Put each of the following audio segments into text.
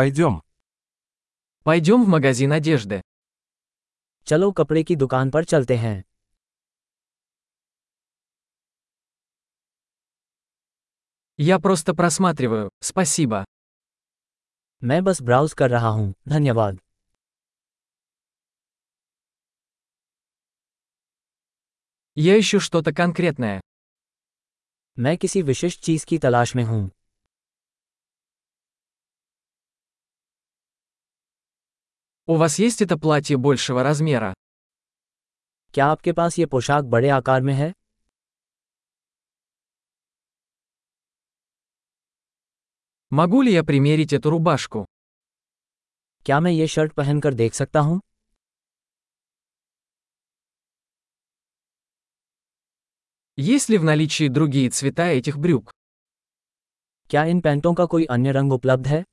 Пойдем. Пойдем в магазин одежды. चलो कपड़े की दुकान पर चलते हैं Я просто просматриваю, спасибо. मैं बस ब्राउज कर रहा हूँ धन्यवाद Я ищу что-то конкретное. मैं किसी विशिष्ट चीज़ की तलाश में हूँ У вас есть это платье большего размера? क्या आपके पास ये पोशाक बड़े आकार में है Могу ли я примерить эту рубашку? क्या मैं ये शर्ट पहनकर देख सकता हूँ Есть ли в наличии другие цвета этих брюк? क्या इन पैंटों का कोई अन्य रंग उपलब्ध है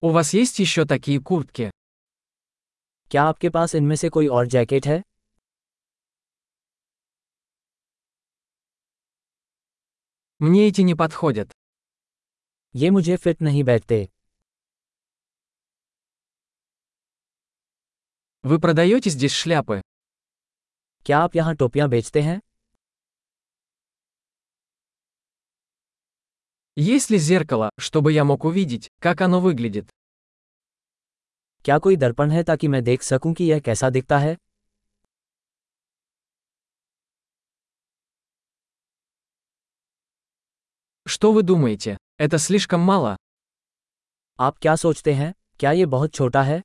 У вас есть еще такие куртки? क्या आपके पास इनमें से कोई और जैकेट है Мне эти не подходят. ये मुझे फिट नहीं बैठते Вы продаете здесь шляпы? क्या आप यहाँ टोपियाँ बेचते हैं Есть ли зеркало, чтобы я мог увидеть, как оно выглядит? क्या कोई दर्पण है ताकि मैं देख सकूं कि यह कैसा दिखता है Что вы думаете? Это слишком мало? आप क्या सोचते हैं क्या ये बहुत छोटा है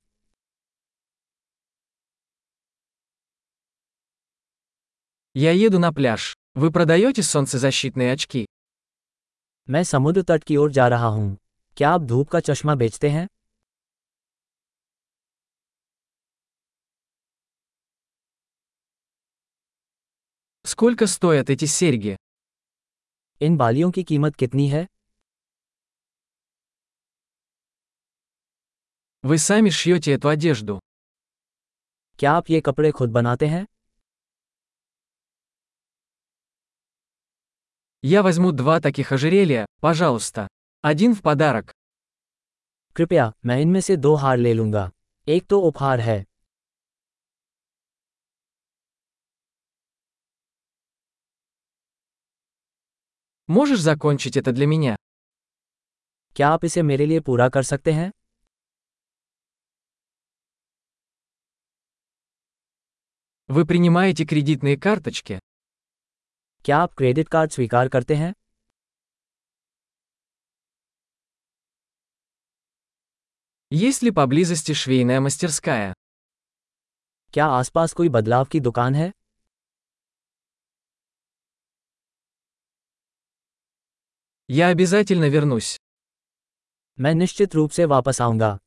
Я еду на пляж. Вы продаете солнцезащитные очки? मैं समुद्र तट की ओर जा रहा हूँ क्या आप धूप का चश्मा बेचते हैं Сколько стоят эти серьги? इन बालियों की कीमत कितनी है Вы сами шьете эту одежду. क्या आप ये कपड़े खुद बनाते हैं Я возьму два таких ожерелья, пожалуйста. Один в подарок. कृपया मैं इनमें से दो हार ले लूंगा एक तो उपहार है Можешь закончить это для меня? क्या आप इसे मेरे लिए पूरा कर सकते हैं Вы принимаете кредитные карточки? क्या आप क्रेडिट कार्ड स्वीकार करते हैं Есть ли поблизости швейная мастерская? क्या आसपास कोई बदलाव की दुकान है Я обязательно вернусь. मैं निश्चित रूप से वापस आऊंगा